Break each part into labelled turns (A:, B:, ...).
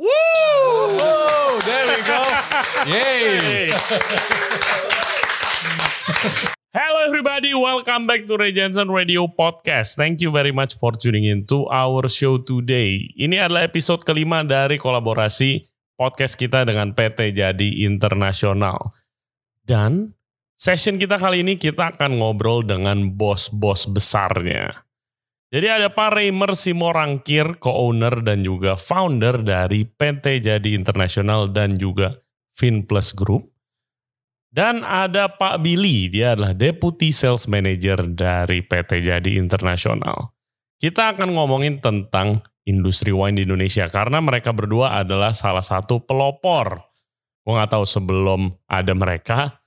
A: Oh,
B: Yeay. Hello everybody, welcome back to Ray Jensen Radio Podcast. Thank you very much for tuning in to our show today. Ini adalah episode kelima dari kolaborasi podcast kita dengan PT Jadi Internasional. Dan session kita kali ini kita akan ngobrol dengan bos-bos besarnya. Jadi ada Pak Reimer Simorangkir, co-owner dan juga founder dari PT Jadi Internasional dan juga FinPlus Group. Dan ada Pak Billy, dia adalah Deputy Sales Manager dari PT Jadi Internasional. Kita akan ngomongin tentang industri wine di Indonesia karena mereka berdua adalah salah satu pelopor. Gue nggak tahu sebelum ada mereka,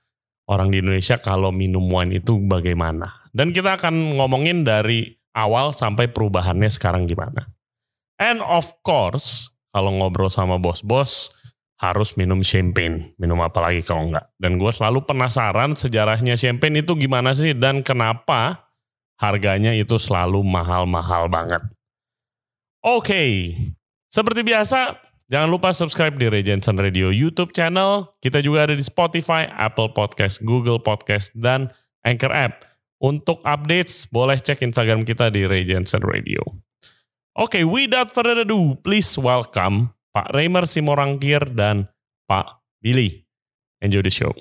B: orang di Indonesia kalau minum wine itu bagaimana. Dan kita akan ngomongin dari awal sampai perubahannya sekarang gimana. And of course, kalau ngobrol sama bos-bos, harus minum champagne. Minum apa lagi kalau enggak. Dan gue selalu penasaran sejarahnya champagne itu gimana sih dan kenapa harganya itu selalu mahal-mahal banget. Oke, seperti biasa jangan lupa subscribe di Regensen Radio YouTube channel. Kita juga ada di Spotify, Apple Podcast, Google Podcast, dan Anchor App. Untuk updates boleh cek Instagram kita di Regensen Radio. Oke, without further ado, please welcome Pak Reimer Simorangkir dan Pak Billy. Enjoy the show.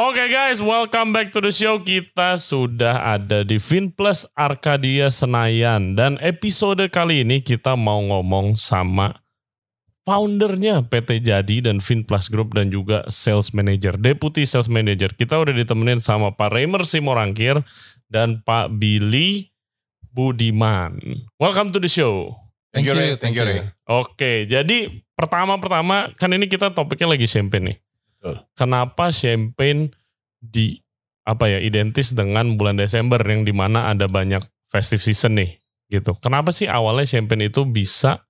B: Oke guys, welcome back to the show. Kita sudah ada di Vinplus Arkadia Senayan dan episode kali ini kita mau ngomong sama foundernya PT Jadi dan Vinplus Group dan juga sales manager, deputy sales manager. Kita udah ditemenin sama Pak Reimer Simorangkir dan Pak Billy Budiman. Welcome to the show.
C: Thank you, Ray. Thank you, Ray.
B: Oke, jadi pertama-pertama kan ini kita topiknya lagi champagne nih.
C: Betul.
B: Kenapa champagne di apa ya identis dengan bulan Desember yang dimana ada banyak festive season nih gitu. Kenapa sih awalnya champagne itu bisa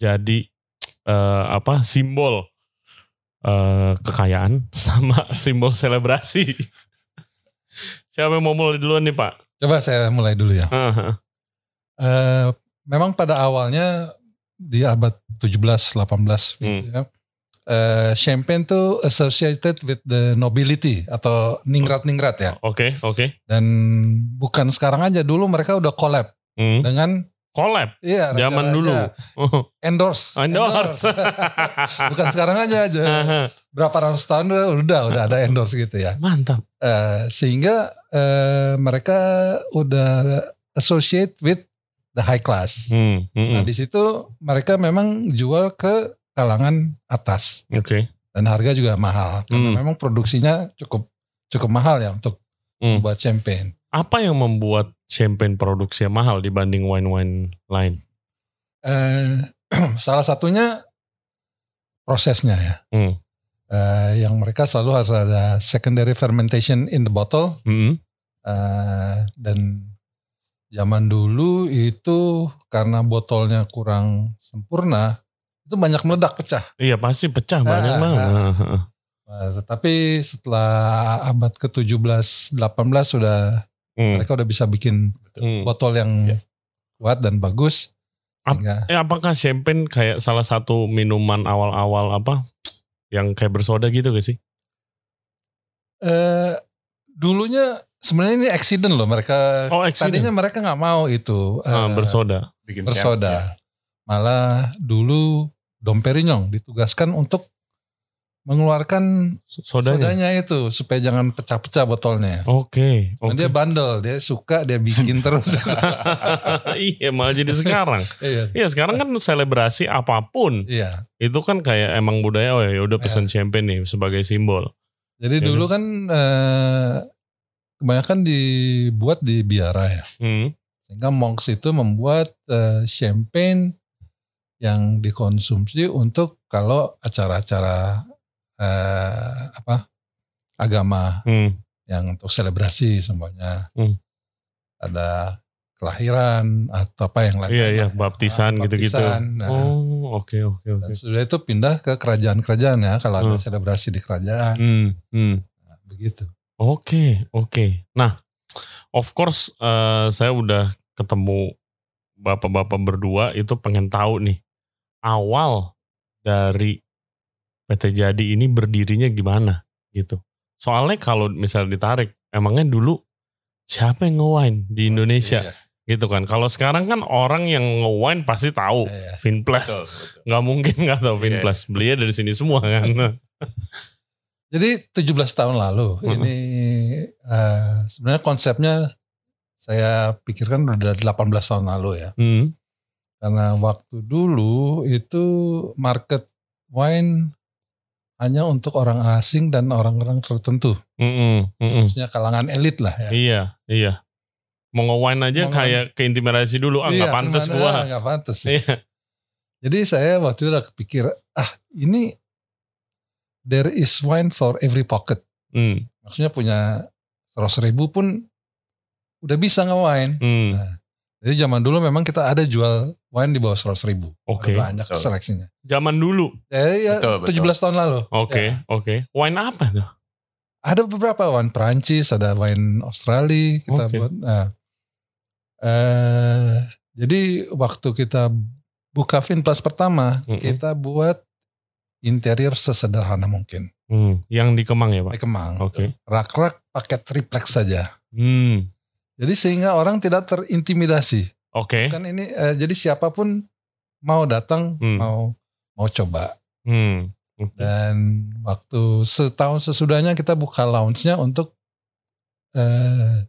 B: jadi eh, apa simbol eh, kekayaan sama simbol selebrasi? Siapa yang mau mulai duluan nih Pak?
C: Coba saya mulai dulu ya.
B: Heeh.
C: Eh, memang pada awalnya di abad 17, 18 gitu
B: Hmm.
C: ya. eh, champagne tuh associated with the nobility atau ningrat-ningrat ya.
B: Oke oke.
C: Dan bukan sekarang aja dulu mereka udah collab
B: Hmm.
C: dengan
B: Collab
C: iya raja-raja.
B: zaman dulu.
C: endorse.
B: Endorse.
C: bukan sekarang aja aja. Berapa ratus tahun udah udah, udah ada endorse gitu ya.
B: Mantap.
C: Eh, sehingga eh, mereka udah associate with the high class.
B: Hmm, hmm,
C: Nah,
B: hmm.
C: di situ mereka memang jual ke kalangan atas
B: Oke.
C: dan harga juga mahal.
B: Hmm.
C: Karena memang produksinya cukup cukup mahal ya untuk
B: Hmm.
C: buat champagne.
B: Apa yang membuat champagne produksinya mahal dibanding wine-wine lain?
C: Eh, salah satunya prosesnya ya.
B: Hmm.
C: Eh, yang mereka selalu harus ada secondary fermentation in the bottle
B: Hmm.
C: Eh, dan zaman dulu itu karena botolnya kurang sempurna itu banyak meledak pecah.
B: Iya pasti pecah banyak
C: Ah,
B: banget.
C: ah.
B: Heeh, heeh.
C: Nah, tetapi setelah abad ke-17 18 sudah
B: Hmm,
C: mereka udah bisa bikin
B: hmm.
C: botol yang kuat dan bagus.
B: Ap-
C: Sehingga
B: Eh, apakah champagne kayak salah satu minuman awal-awal apa yang kayak bersoda gitu gak sih?
C: eh, dulunya sebenarnya ini accident loh mereka.
B: Oh, accident.
C: Eh, Tadinya mereka nggak mau itu eh,
B: Ah, ya, bersoda.
A: bikin siap,
C: bersoda. Malah dulu Dom Perignon ditugaskan untuk mengeluarkan
B: So- Sodanya.
C: sodanya itu supaya jangan pecah-pecah botolnya.
B: Oke.
C: Dan
B: oke.
C: Dia bandel, dia suka dia bikin terus.
B: iya malah jadi sekarang.
C: Iya.
B: Iya sekarang kan selebrasi apapun
C: Iya.
B: itu kan kayak emang budaya oh ya udah pesan champagne nih sebagai simbol.
C: Jadi
B: Ya
C: dulu kan eh, kebanyakan dibuat di biara ya.
B: Hmm.
C: Sehingga monks itu membuat eh, champagne yang dikonsumsi untuk kalau acara-acara eh, apa agama
B: Hmm.
C: yang untuk selebrasi semuanya.
B: Hmm.
C: Ada kelahiran atau apa yang lain.
B: Iya iya baptisan
C: Nah,
B: gitu-gitu.
C: baptisan, nah.
B: Oh oke oke
C: Dan
B: oke.
C: sudah itu pindah ke kerajaan-kerajaan ya kalau ada
B: Hmm.
C: selebrasi di kerajaan
B: Hmm. Hmm.
C: begitu.
B: Oke, oke. Nah, of course eh, saya udah ketemu bapak-bapak berdua itu pengen tahu nih awal dari PT Jadi ini berdirinya gimana gitu. Soalnya kalau misal ditarik, emangnya dulu siapa yang nge-wine di Indonesia
C: Iya,
B: gitu kan. Kalau sekarang kan orang yang nge-wine pasti tahu
C: iya.
B: Vinplus.
A: Betul, betul.
B: nggak mungkin nggak tahu
A: Iya.
B: Vinplus belinya dari sini semua kan
C: Jadi 17 tahun lalu
B: Mm-mm.
C: ini eh, sebenarnya konsepnya saya pikirkan udah 18 tahun lalu ya.
B: hmm.
C: Karena waktu dulu itu market wine hanya untuk orang asing dan orang-orang tertentu,
B: Mm-mm, mm-mm.
C: maksudnya kalangan elit lah ya.
B: Hmm. iya iya mau nge-wine aja
C: Mau nge-wine.
B: kayak keintimidasi dulu ah nggak
C: Iya,
B: pantas
C: cuman, ah,
B: gua
C: nggak pantas.
B: Iya.
C: Jadi saya waktu itu udah kepikir, ah ini there is wine for every pocket.
B: Hmm,
C: Maksudnya punya 100 ribu pun udah bisa nge-wine.
B: hmm.
C: Jadi zaman dulu memang kita ada jual wine di bawah 100 ribu.
B: oke
C: Banyak
A: Betul.
C: seleksinya.
B: zaman dulu
C: Eh, ya,
A: Betul, betul.
C: 17 tahun lalu.
B: oke
C: Ya.
B: oke wine apa tuh
C: Ada beberapa wine Perancis, ada wine Australia kita
B: Oke.
C: buat. Nah, eh, jadi waktu kita buka Vinplus pertama,
B: Mm-mm.
C: kita buat interior sesederhana mungkin.
B: hmm. yang di Kemang ya pak
C: Pakai kemang.
B: oke
C: Rak-rak pakai triplex saja.
B: hmm.
C: Jadi sehingga orang tidak terintimidasi.
B: oke
C: Kan ini eh, jadi siapapun mau datang,
B: Hmm.
C: mau mau coba.
B: hmm. Oke.
C: Dan waktu setahun sesudahnya kita buka lounge-nya untuk eh,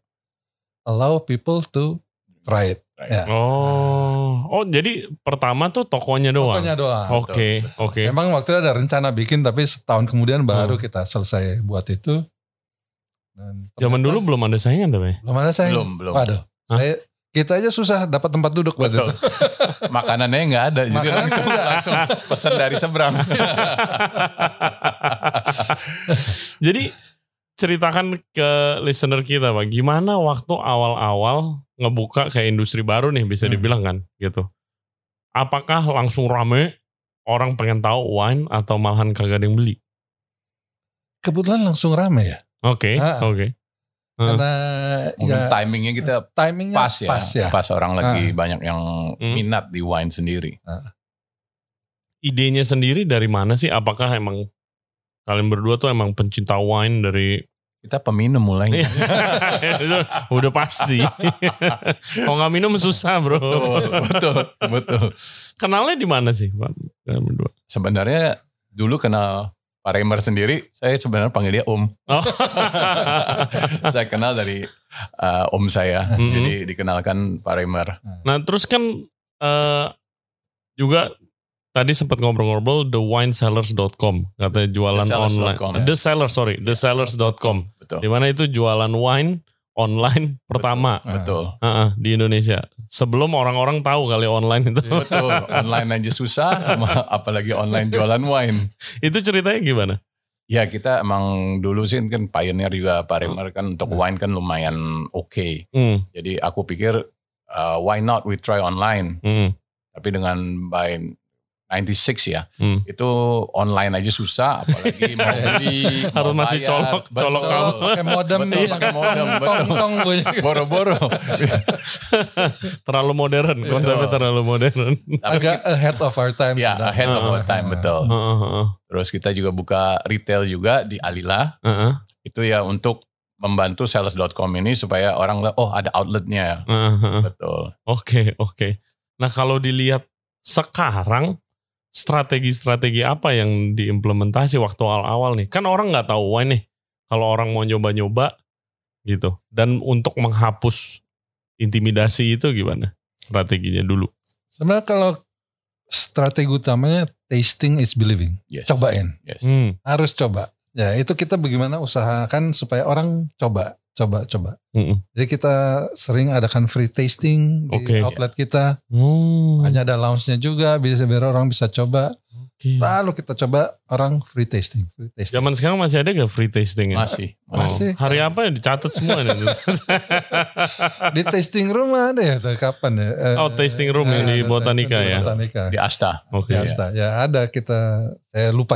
C: allow people to try it. Ya.
B: oh oh jadi pertama tuh tokonya doang
C: Pokoknya doang.
B: oke
A: Betul,
B: oke
C: Memang waktu itu ada rencana bikin tapi setahun kemudian baru
B: Hmm.
C: kita selesai buat itu. Dan
B: zaman
C: ternyata
B: dulu belum ada saingan tapi
C: belum ada saya.
A: belum belum
C: Waduh.
B: Hah?
C: Saya kita aja susah dapat tempat duduk buat
A: Betul.
C: itu.
A: makanannya nggak ada jadi
C: Makanan
A: langsung
C: nggak ada. Iya.
A: langsung pesan dari seberang
B: Jadi ceritakan ke listener kita Pak, gimana waktu awal-awal ngebuka kayak industri baru nih bisa
C: Hmm.
B: dibilang kan gitu. Apakah langsung rame orang pengen tahu wine atau malahan kagak ada yang beli?
C: Kebetulan langsung rame ya.
B: Oke,
C: Ah.
B: oke. Hmm.
C: Karena
A: mungkin
C: ya
A: timingnya kita
C: timingnya
A: pas ya
C: Pas ya.
A: orang lagi banyak yang
B: Hmm.
A: minat di wine sendiri
B: Idenya sendiri dari mana sih? Apakah emang kalian berdua tuh emang pencinta wine dari
A: kita
B: Iya.
A: peminum mulainya
B: Itu udah pasti. Kalau nggak minum susah, Bro.
A: betul betul betul
B: Kenalnya di mana sih, Pak? Kalian berdua?
A: sebenarnya dulu kenal Pak Remer sendiri saya sebenarnya panggil dia Om
B: Oh.
A: saya kenal dari eh, Om saya
B: Mhm.
A: jadi dikenalkan Pak Remer
B: nah terus kan eh, juga tadi sempat ngobrol-ngobrol thewinesellers.com katanya jualan online
A: Thesellers.com, ya.
B: the seller sorry thesellers.com
A: betul
B: di mana itu jualan wine online pertama
C: Ah.
A: betul
B: Heeh, di Indonesia sebelum orang-orang tahu kali online itu
A: betul online aja susah ama- apalagi online jualan wine
B: itu ceritanya gimana
A: Ya kita emang dulu sih kan pioneer juga Pak Remer kan untuk wine kan lumayan oke.
B: Hmm,
A: Jadi aku pikir uh, why not we try online.
B: hmm,
A: Tapi dengan by 96 ya
B: hmm.
A: itu online aja susah apalagi mau beli mau
B: Harus masih
A: bayar.
B: colok-
A: Betul.
B: colok kamu.
C: Pakai modem
A: Betul,
C: yang
A: pakai modem, betul.
C: tong-tong bunyi.
A: Boro-boro.
B: terlalu modern konsepnya
A: Betul.
B: terlalu modern
A: Tapi
C: agak ahead of our time
A: ya
C: sudah.
A: ahead of our time betul.
B: Heeh, heeh,
A: Terus kita juga buka retail juga di Alila
B: heeh,
A: itu ya untuk membantu sales.com ini supaya orang lihat, oh ada outletnya
B: heeh, heeh.
A: betul.
B: Oke, oke. Nah, kalau dilihat sekarang strategi-strategi apa yang diimplementasi waktu awal-awal nih? Kan orang nggak tahu wine nih. Kalau orang mau nyoba-nyoba gitu. Dan untuk menghapus intimidasi itu gimana? Strateginya dulu.
C: Sebenarnya kalau strategi utamanya tasting is believing.
A: Yes.
C: Cobain,
A: Yes.
B: Hmm.
C: harus coba. Ya, itu kita bagaimana usahakan supaya orang coba, coba, coba.
B: Mm-mm.
C: Jadi kita sering adakan free tasting di
B: Oke.
C: outlet kita.
B: Hmm.
C: Oh, Hanya ada lounge-nya juga, bisa biar orang bisa coba. Lalu kita coba orang free tasting, free tasting.
B: Zaman sekarang masih ada gak free tasting ya?
A: Masih.
B: Oh,
C: Masih.
B: Hari apa ya dicatat semua nih.
C: Di tasting room ada ya tuh, kapan ya? Eh,
B: Oh, tasting room yang
C: eh,
B: di
C: ada,
B: Botanica ya?
C: di
B: Iya.
C: Botanica.
A: Di Asta.
B: Oke.
C: Ya, ada. ya ada kita saya lupa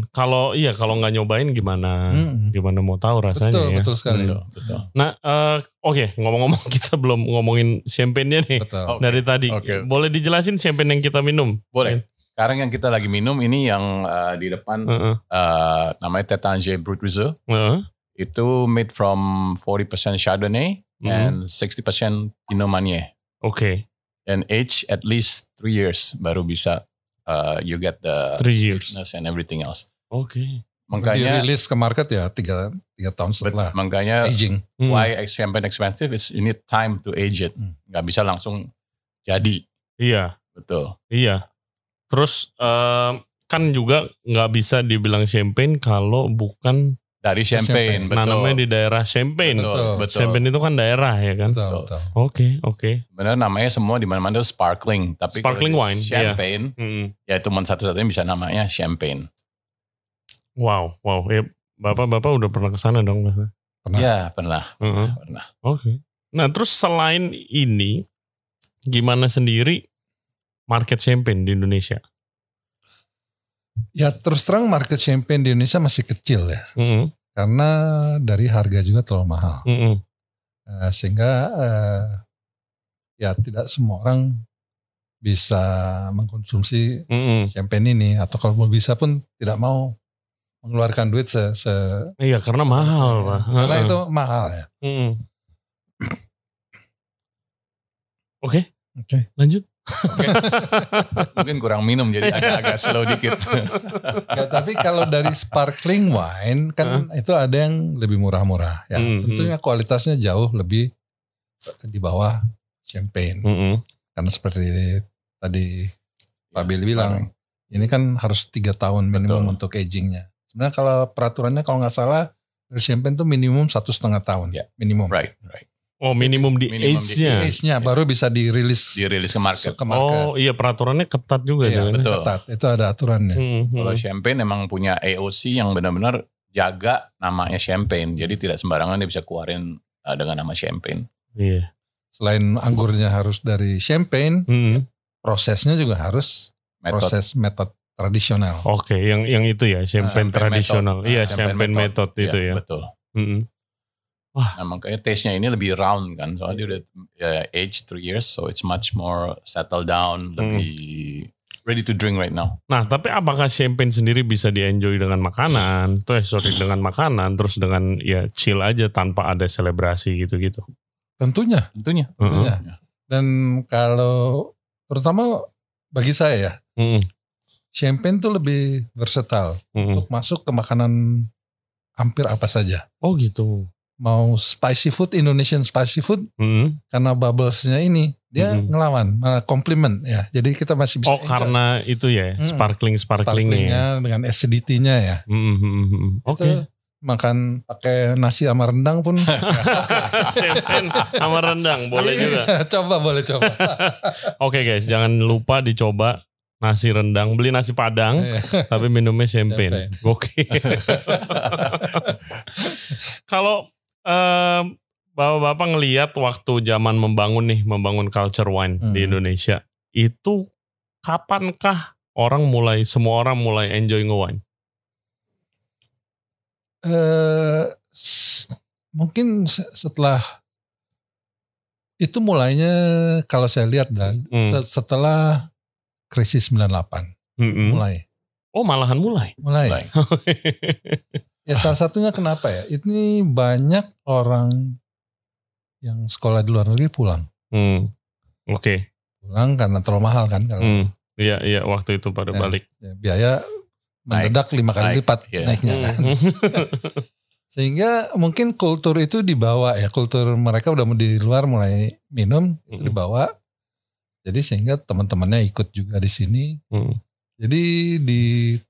B: Hmm, Kalau iya kalau nggak nyobain gimana?
C: Mm-mm.
B: Gimana mau tahu rasanya Hmm.
C: Hmm. Betul,
B: ya?
C: betul sekali.
A: Betul, betul.
B: Nah, eh, oke ngomong-ngomong kita belum ngomongin champagne-nya nih
A: Oh.
C: Betul.
B: dari tadi.
A: Oke.
B: Boleh dijelasin champagne yang kita minum?
A: Boleh. Sekarang yang kita lagi minum ini yang eh, di depan
B: Heeh.
A: eh, namanya Tetange Brut Reserve.
B: Heeh.
A: Itu made from 40% Chardonnay
B: Mhm.
A: and 60% Pinot Meunier.
B: Oke,
A: And age at least 3 years baru bisa eh, you get the
B: three years.
A: sweetness and everything else.
B: Oke.
A: Makanya
C: dirilis ke market ya tiga tiga tahun setelah
A: makanya
C: aging.
B: Hmm.
A: why champagne expensive is you need time to age it.
C: Hmm.
A: Nggak bisa langsung jadi.
B: Iya,
A: Betul.
B: iya. Terus em, kan juga nggak bisa dibilang champagne kalau bukan
A: Dari champagne, betul.
B: nanamnya di daerah champagne.
A: Betul,
C: Betul.
A: betul.
B: Champagne itu kan daerah ya kan?
C: Betul,
A: Betul.
C: betul.
B: Oke, oke.
A: Sebenarnya namanya semua di mana-mana itu sparkling, tapi kalau
B: Sparkling
A: di
B: wine, iya.
A: champagne
B: Hmm.
A: ya cuma satu-satunya bisa namanya champagne.
B: Wow, wow. Ya, Bapak-bapak udah pernah ke sana dong, Mas.
C: Nah.
A: Ya pernah,
B: Heeh.
A: pernah.
B: Oke. Nah, terus selain ini, gimana sendiri market champagne di Indonesia?
C: Ya terus terang market champagne di Indonesia masih kecil ya
B: Mm-mm,
C: karena dari harga juga terlalu mahal.
B: mm-mm,
C: Eh, sehingga eh, ya tidak semua orang bisa mengkonsumsi
B: mm-mm.
C: champagne ini atau kalau mau bisa pun tidak mau mengeluarkan duit se, se-
B: Iya, karena mahal, Pak.
C: karena
B: Heeh.
C: itu mahal ya.
B: Mm-mm. Oke,
C: Oke.
B: lanjut.
A: Mungkin kurang minum jadi agak-agak slow dikit.
C: Ya, tapi kalau dari sparkling wine kan itu ada yang lebih murah-murah ya.
B: Hmm,
C: Tentunya kualitasnya jauh lebih eh, di bawah champagne.
A: Hmm.
B: Mm-mm.
C: Karena seperti tadi Pak Billy bilang, ini kan harus tiga tahun
A: Ya,
C: minimum
A: Betul.
C: untuk agingnya. Sebenarnya kalau peraturannya kalau nggak salah dari champagne itu minimum satu setengah tahun
A: Ya.
C: minimum.
A: right, right.
B: Oh, minimum di
A: Minimum di
B: age-nya.
C: Age-nya baru bisa dirilis
A: Dirilis ke market.
C: ke market.
B: Oh, iya peraturannya ketat juga
C: Iya,
B: jangan.
A: betul. Hmm.
C: Ketat. Itu ada aturannya.
B: Mm-mm.
A: Kalau champagne emang punya AOC yang benar-benar jaga namanya champagne. Jadi tidak sembarangan dia bisa keluarin uh, dengan nama champagne.
B: Iya.
C: Selain anggurnya harus dari champagne,
B: Mm.
C: prosesnya juga harus
A: Metode
C: proses metode tradisional.
B: Oke, yang yang itu ya champagne
A: Champagne
B: tradisional.
A: method. Iya,
B: Iya,
A: Ah,
B: champagne
A: champagne
B: method itu ya.
A: Betul.
B: Mm-mm.
A: Nah, makanya taste-nya ini lebih round kan. Soalnya dia udah uh, age 3 years so it's much more settled
B: Hmm.
A: down, lebih ready to drink right now.
B: Nah, tapi apakah champagne sendiri bisa dienjoy dengan makanan? Tuh, eh, sorry, dengan makanan, terus dengan ya chill aja tanpa ada selebrasi gitu-gitu.
C: Tentunya.
A: Tentunya.
B: Hmm.
C: Tentunya.
A: Ya.
C: Dan kalau terutama bagi saya ya,
B: Mm-mm.
C: champagne tuh lebih versatile
B: Mm-mm.
C: untuk masuk ke makanan hampir apa saja.
B: Oh gitu.
C: Mau spicy food, Indonesian spicy food
B: Mm-mm.
C: karena bubblesnya ini dia
B: Mm-mm.
C: ngelawan, malah compliment ya. Jadi kita masih
B: Hmm. Oh
C: bisa
B: karena itu ya
C: Mm-mm.
B: sparkling sparklingnya.
C: sparklingnya dengan acidity-nya ya.
B: Oke.
C: Itu makan pakai nasi sama rendang pun
B: champagne sama rendang boleh
C: Iya.
B: juga.
C: coba boleh coba.
B: Oke guys, jangan lupa dicoba nasi rendang. Beli nasi padang,
C: Iya.
B: tapi minumnya champagne. Oke. Kalau em, bapak-bapak ngelihat waktu zaman membangun nih, membangun culture wine di
C: Hmm.
B: Indonesia, itu kapankah orang mulai semua orang mulai enjoy wine?
C: eh s- mungkin se- setelah itu mulainya kalau saya lihat dan
B: Hmm.
C: se- setelah krisis 98
B: Mm-mm.
C: mulai
B: hmm, Oh malahan mulai.
C: mulai
A: Hmm. Mulai.
C: ya salah satunya kenapa ya ini banyak orang yang sekolah di luar negeri pulang
B: Hmm. Oke.
C: pulang karena terlalu mahal kan kalau
B: Hmm. Iya iya waktu itu pada
C: Ya.
B: balik.
C: ya, biaya mendadak lima kali
A: Naik,
C: lipat
A: iya.
C: naiknya
B: Hmm,
C: kan. sehingga mungkin kultur itu dibawa ya kultur mereka udah di luar mulai minum itu
B: Mm-mm.
C: dibawa jadi sehingga teman-temannya ikut juga di sini
B: Hmm.
C: jadi di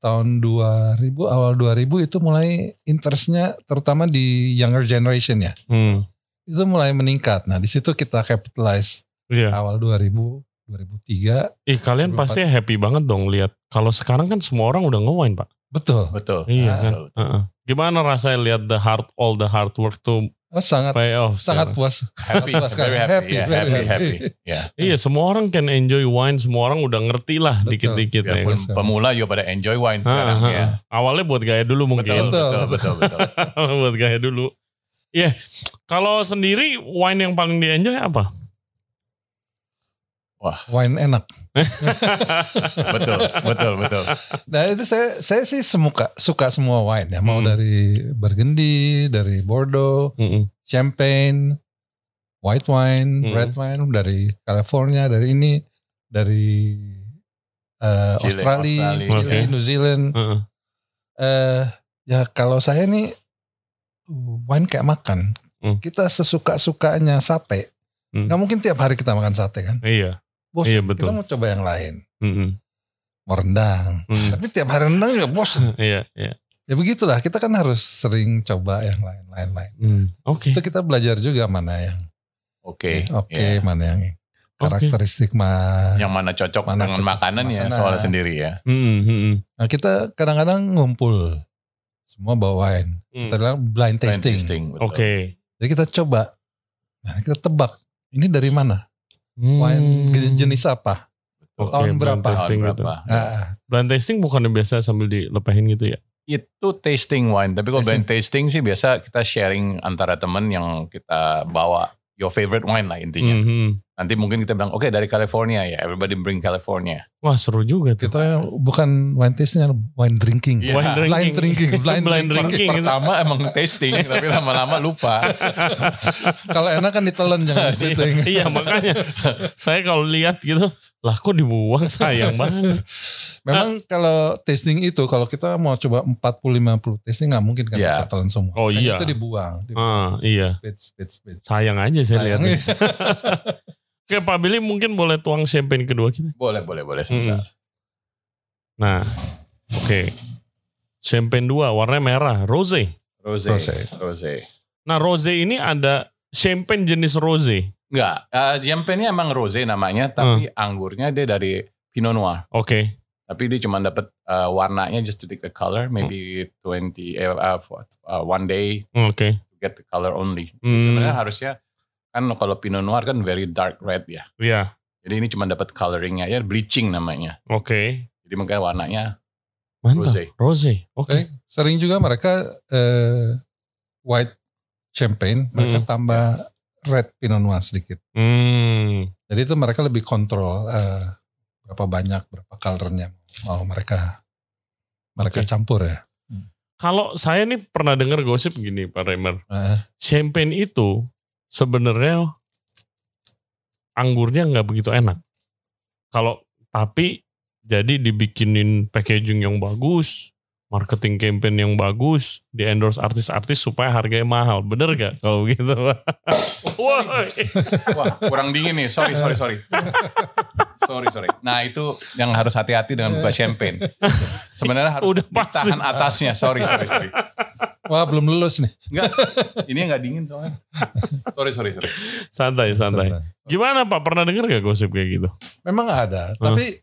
C: tahun 2000 awal 2000 itu mulai interestnya terutama di younger generation ya
B: Hmm.
C: itu mulai meningkat nah di situ kita capitalize
B: Iya.
C: awal 2000 2003
B: Ih kalian
C: 2004.
B: pasti happy banget dong lihat. Kalau sekarang kan semua orang udah nge-wine pak.
C: betul
A: Betul. Ah,
B: Iya kan.
A: Betul.
B: Heeh. Gimana rasanya lihat the hard all the hard work tuh?
C: oh, sangat
B: Playoff, sekarang.
C: sangat puas
A: Happy,
C: Sangat puas
A: very
C: sekarang.
A: happy, yeah,
C: very
A: happy, happy. Yeah.
B: Iya semua orang can enjoy wine. Semua orang udah ngerti lah
C: Betul.
B: dikit-dikit ya.
A: Biarpun
B: kan?
C: sekarang.
A: pemula juga pada enjoy wine sekarang
B: Heeh,
A: ya.
B: heeh. Awalnya buat gaya dulu Ah,
A: Betul,
B: mungkin.
A: betul, betul, betul.
B: buat gaya dulu. Iya. Kalau sendiri wine yang paling dienjoy apa?
C: wine enak
A: betul, betul, betul.
C: nah itu saya saya sih semuka suka semua wine ya mau
B: Hmm.
C: dari Burgundy dari Bordeaux
B: Mm-mm.
C: champagne white wine
B: Hmm.
C: red wine dari California dari ini dari eh,
A: Chile,
C: Australia,
A: Australia.
C: Chile,
B: Oke.
C: New Zealand
B: Heeh.
C: eh ya kalau saya nih wine kayak makan.
B: Hmm.
C: Kita sesuka-sukanya sate.
B: Hmm.
C: Nggak mungkin tiap hari kita makan sate kan.
B: Iya.
C: Bosan.
B: Iya, betul.
C: Kita mau coba yang lain.
B: Mm-mm.
C: Mau rendang.
B: Mm.
C: Tapi tiap hari rendang ya bosan.
B: Iya. Iya.
C: Ya begitulah. Kita kan harus sering coba yang lain-lain. lain.
B: Mm. Oke.
C: Itu kita belajar juga mana yang
A: Oke. ya.
C: oke, mana yang karakteristik mah.
A: Yang mana cocok
C: Mana
A: dengan
C: cocok
A: makanan ya
C: makanan.
A: soal sendiri ya.
B: Mm, mm, mm.
C: Nah, kita kadang-kadang ngumpul semua bawa wine.
B: Mm.
C: Kita bilang blind
A: Wine
C: tasting.
A: betul.
B: Oke.
C: Jadi kita coba. Nah, kita tebak. Ini dari mana? wine
B: Hmm.
C: jenis apa.
B: Oke,
C: tahun
B: blind
C: berapa?
A: Tahun
B: tasting gitu.
A: berapa?
C: Nah,
B: Blind tasting bukan biasa sambil dilepehin gitu ya?
A: Itu tasting wine. Tapi kalau
C: Tasting.
A: blind tasting sih biasa kita sharing antara temen yang kita bawa your favorite wine lah
C: Hmm.
A: intinya.
B: Mhm.
A: Nanti mungkin kita bilang, oke dari California ya, everybody bring California.
B: Wah seru juga tuh.
C: kita bukan wine tasting, wine drinking.
A: Iya.
B: Wine drinking.
C: Blind drinking, blind
B: Blind
C: drinking.
B: drinking. gitu.
A: Pertama emang tasting, tapi lama-lama lupa.
C: Kalau enak kan ditelan jangan
B: Iya,
C: splitting.
B: iya, makanya saya kalau lihat gitu, lah kok dibuang sayang banget.
C: Memang kalau tasting itu kalau kita mau coba 40 50 tasting nggak mungkin kan
A: Iya.
C: kita telan semua.
B: Oh, iya.
C: Makanya Itu dibuang. di-
B: Ah, iya,
C: Split split split.
B: sayang aja saya lihat.
C: Sayang.
B: Oke Pak Billy mungkin boleh tuang champagne kedua kita.
A: Boleh, boleh, boleh.
C: Hmm.
B: Mm-mm.
A: sebentar.
B: Nah, oke. Champagne dua warnanya merah, rose.
A: Rose.
C: Rosé.
A: Rose.
B: Nah, rose ini ada champagne jenis rose.
A: Enggak, eh, champagne-nya emang rose
C: Hmm.
A: namanya, tapi anggurnya dia dari Pinot Noir.
B: Oke.
A: Tapi dia cuma dapat eh, warnanya just to take the color,
C: Hmm.
A: maybe 20 eh, eh, for- eh, one day
B: hmm, Oke.
A: to get the color only. Sebenarnya
B: Hmm,
A: harusnya kan kalau Pinot Noir kan very dark red ya.
B: ya,
A: Jadi ini cuma dapat coloringnya ya bleaching namanya.
B: oke.
A: Jadi makanya warnanya
B: Mantap.
A: rose.
B: Rose. Oke.
C: Oke, Sering juga mereka eh, white champagne mereka tambah red pinot noir sedikit.
B: Hmm.
C: Jadi itu mereka lebih kontrol eh, berapa banyak berapa colornya mau mereka mereka
B: Oke.
C: campur ya.
B: Kalau saya nih pernah dengar gosip gini Pak Remer.
C: Heeh.
B: champagne itu sebenarnya anggurnya nggak begitu enak. Kalau tapi jadi dibikinin packaging yang bagus, marketing campaign yang bagus, di endorse artis-artis supaya harganya mahal. Bener gak kalau gitu? Wah,
A: Wah, kurang dingin nih. Sorry, sorry, sorry. sorry, sorry. Nah, itu yang harus hati-hati dengan buka champagne. Sebenarnya harus
B: Udah pasti.
A: ditahan atasnya. Sorry, sorry, sorry.
C: Wah belum lulus nih.
A: Enggak, ini nggak dingin soalnya. Sorry, sorry, sorry.
B: santai santai. Gimana Pak? Pernah dengar gak gosip kayak gitu?
C: Memang ada,
B: Hmm.
C: tapi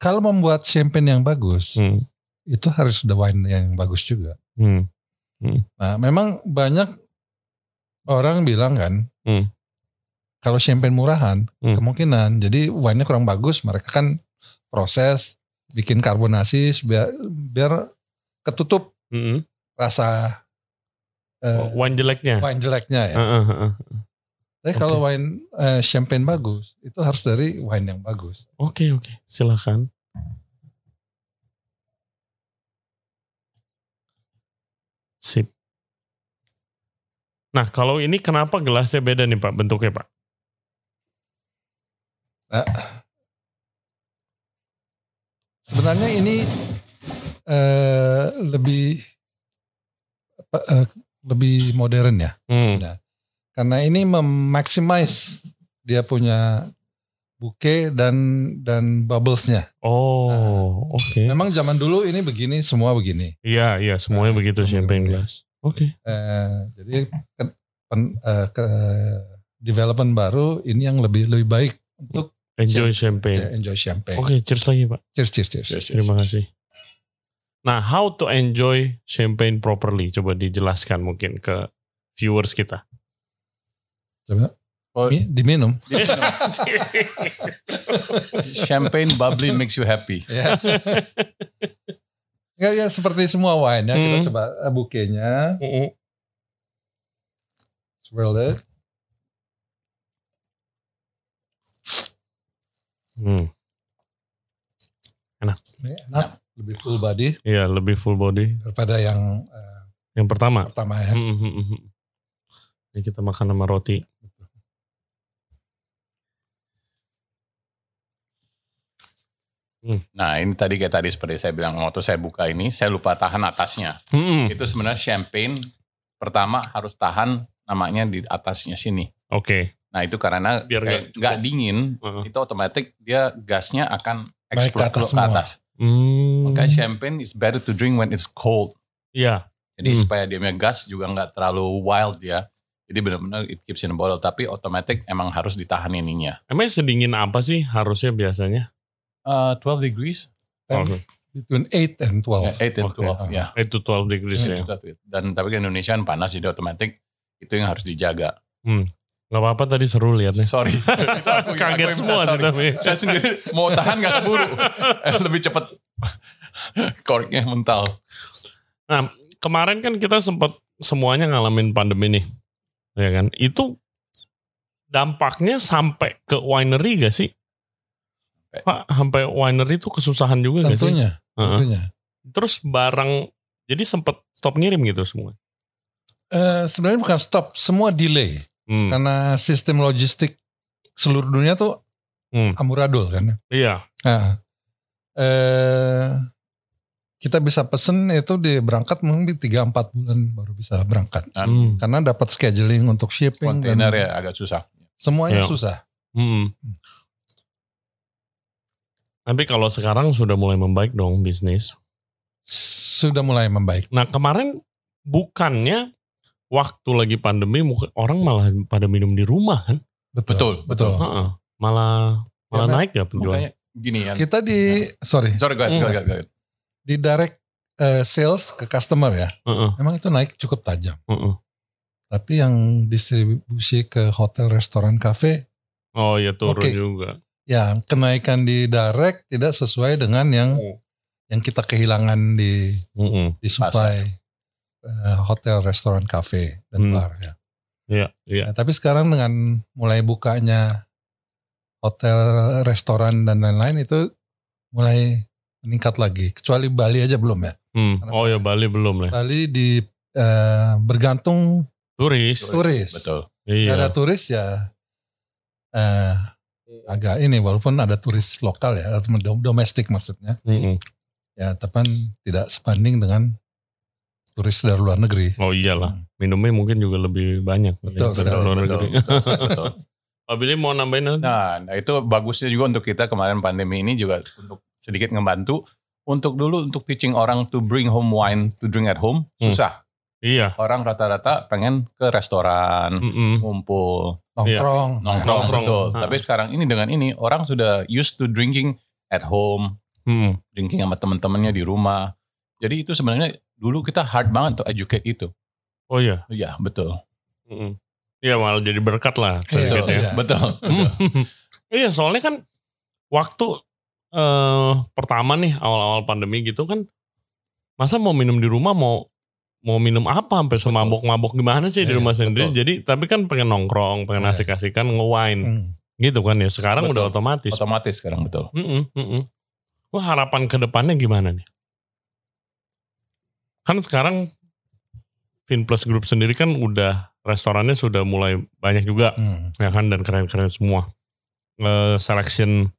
C: kalau membuat champagne yang bagus
B: Hmm.
C: itu harus the wine yang bagus juga.
B: Hmm.
C: Nah memang banyak orang bilang kan
B: Hmm.
C: kalau champagne murahan
B: Hmm.
C: kemungkinan jadi wine-nya kurang bagus mereka kan proses bikin karbonasi biar, biar ketutup
B: Mm-mm.
C: rasa eh,
B: Oh, Wine jeleknya.
C: wine jeleknya ya.
B: Heeh, heeh. oke.
C: Tapi kalau wine eh, champagne bagus, itu harus dari wine yang bagus.
B: Oke oke, silakan. Sip. Nah kalau ini kenapa gelasnya beda nih Pak bentuknya Pak?
C: Sebenarnya ini eh, lebih apa, eh, lebih modern ya,
B: Hmm.
C: karena ini memaximize dia punya bouquet dan dan bubblesnya.
B: Oh oke.
C: Memang zaman dulu ini begini semua begini.
B: Iya iya semuanya
C: Nah,
B: begitu
C: semuanya
B: champagne
C: begitu.
B: glass. Oke.
C: Eh, jadi ke, pen- eh, ke- development baru ini yang lebih lebih baik untuk
B: Enjoy champagne.
C: Enjoy champagne.
B: Oke, cheers lagi Pak.
C: Cheers, cheers, cheers.
A: Cheers, cheers.
B: Terima kasih. Nah, how to enjoy champagne properly? Coba dijelaskan mungkin ke viewers kita.
C: Coba
A: Oh,
B: Iya.
C: mi- diminum.
A: champagne bubbly makes you happy.
C: Ya. ya, ya, seperti semua wine ya. Kita
B: Hmm.
C: coba eh, bukenya.
B: Mm-mm.
C: Swirl it.
B: Hmm.
C: Ini enak. Lebih full body
B: Iya, lebih full body.
C: daripada yang eh,
B: Yang pertama.
C: pertama ya.
B: Mm, mm, mm, mm. Ini kita makan sama roti.
A: Nah ini tadi kayak tadi seperti saya bilang waktu saya buka ini saya lupa tahan atasnya.
C: Hmm.
B: Mm, mm.
A: Itu sebenarnya champagne pertama harus tahan namanya di atasnya sini.
B: Oke.
A: Nah itu karena
B: Biar nggak-
A: kayak nggak dingin
B: Heeh.
A: itu otomatis dia gasnya akan
C: Naik ke
A: explode
C: atas
A: ke atas.
C: semua.
B: Hmm.
A: Makanya champagne is better to drink when it's cold.
B: Iya.
A: Jadi
B: Hmm.
A: supaya dia punya gas juga nggak terlalu wild ya. Jadi benar-benar it keeps in a bottle. Tapi otomatis emang harus ditahan ininya.
B: Emang sedingin apa sih harusnya biasanya?
A: Eh, 12 degrees?
C: Ten-
B: Oke.
C: Between 8 and 12.
A: Eh, 8 and
B: Oke. ah.
A: 12 ya.
B: Itu 12 degrees ya.
A: Juga tuh. Dan tapi kan Indonesia kan panas jadi otomatis itu yang harus dijaga.
B: Gak apa-apa tadi seru liatnya.
A: Sorry. Aku- aku
B: Kaget
A: minta
B: semua sih
A: sorry.
B: tapi.
A: Saya sendiri mau tahan nggak keburu. Eh, Lebih cepet korknya mental.
B: Kemarin kan kita sempat semuanya ngalamin pandemi nih. Ya kan? Itu dampaknya sampai ke winery gak sih?
A: Sampai.
B: Pak, sampai winery itu kesusahan juga gak sih?
C: Tentunya,
B: Heeh.
C: tentunya.
B: Terus barang jadi sempet stop ngirim gitu semua.
C: Eh, sebenarnya bukan stop, semua delay.
B: Hmm.
C: Karena sistem logistik seluruh dunia tuh
B: Hmm.
C: amburadul kan.
B: Iya.
C: Nah, eh, kita bisa pesen itu di berangkat mungkin 3-4 bulan baru bisa berangkat.
B: Hmm.
C: Karena dapat scheduling untuk
A: Kan?
C: shipping
A: Kontainer
C: dan
A: ya agak susah.
C: semuanya
B: Ya.
C: susah.
B: Hmm. Tapi kalau sekarang sudah mulai membaik dong bisnis.
C: Sudah mulai membaik.
B: Nah kemarin bukannya waktu lagi pandemi muka- orang malah pada minum di rumah kan?
A: Betul,
C: betul.
B: Heeh. Malah malah
C: Karena-
B: naik ya penjualan.
A: Makanya gini ya.
C: Kita di sorry
A: Sorry, go ahead, go ahead, go ahead.
C: di direct eh, sales ke customer ya.
B: Heeh,
C: Memang itu naik cukup tajam.
B: heeh.
C: Tapi yang distribusi ke hotel, restoran, kafe,
B: Oh ya turun
C: Oke.
B: juga.
C: ya kenaikan di direct tidak sesuai dengan yang
B: Hmm.
C: yang kita kehilangan di
B: Heeh.
C: di supply eh, hotel, restoran, kafe dan
B: Hmm.
C: bar ya.
B: Iya, iya.
C: Nah, tapi sekarang dengan mulai bukanya hotel, restoran dan lain-lain itu mulai meningkat lagi. Kecuali Bali aja belum ya.
B: Hmm.
C: Karena-
B: Oh ya Bali belum lah.
C: Bali di eh, bergantung
B: Turis.
C: turis.
A: Betul.
C: Nggak ada
B: Iya.
C: turis ya eh, agak ini walaupun ada turis lokal ya atau dom- domestik maksudnya
B: Heeh.
C: ya tapi kan tidak sebanding dengan turis dari luar negeri.
B: Oh iyalah. Minumnya mungkin juga lebih banyak.
C: Betul,
B: Daripada
C: betul,
B: luar
A: betul,
B: negeri.
A: betul, betul.
B: Pak Billy mau nambahin? nanti?
A: Nah, nah, itu bagusnya juga untuk kita kemarin pandemi ini juga untuk sedikit ngebantu untuk dulu untuk teaching orang to bring home wine to drink at home
B: Hmm.
A: susah.
B: Iya.
A: Orang rata-rata pengen ke restoran,
B: Mm-mm.
A: ngumpul,
C: Nongkrong.
A: nongkrong,
B: Nongkrong.
A: betul.
B: Ah.
A: Tapi sekarang ini dengan ini orang sudah used to drinking at home,
B: Hmm.
A: drinking sama teman-temannya di rumah. Jadi itu sebenarnya dulu kita hard banget untuk educate itu.
B: Oh iya.
A: Iya, betul.
B: Mm-mm. Iya malah jadi berkat lah.
C: Iya,
B: target ya.
C: iya.
A: Betul.
B: Hmm.
A: betul.
B: iya soalnya kan waktu eh pertama nih awal-awal pandemi gitu kan masa mau minum di rumah mau mau minum apa sampai semabok-mabok gimana sih di
C: Iya,
B: rumah sendiri.
A: betul.
B: Jadi tapi kan pengen nongkrong, pengen
C: Iya.
B: asik-asikan, nge-wine
C: Hmm.
B: gitu kan ya. Sekarang
A: Betul.
B: udah otomatis.
A: Otomatis sekarang betul.
B: Mm-mm, mm-mm. Wah harapan ke depannya gimana nih? Kan sekarang Vinplus Group sendiri kan udah restorannya sudah mulai banyak juga
C: Hmm.
B: ya kan dan keren-keren semua. Eh, selection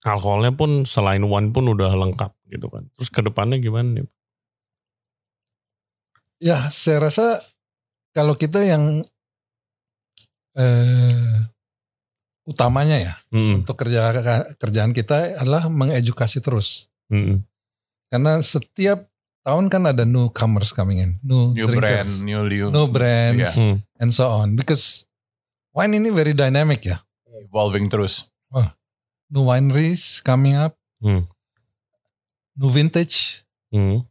B: alkoholnya pun selain one pun udah lengkap gitu kan. Terus ke depannya gimana nih?
C: Ya, saya rasa kalau kita yang eh, utamanya ya
B: Mm-mm,
C: untuk kerja kerjaan kita adalah mengedukasi terus.
B: mm-mm.
C: Karena setiap tahun kan ada newcomers coming in, new,
A: New brand, Iya.
C: drinkers,
A: new new,
C: new brands,
B: Yeah. Hmm.
C: and so on. Because wine ini very dynamic ya.
A: evolving terus.
C: new wineries coming up,
B: Hmm.
C: new vintage.
B: Hmm.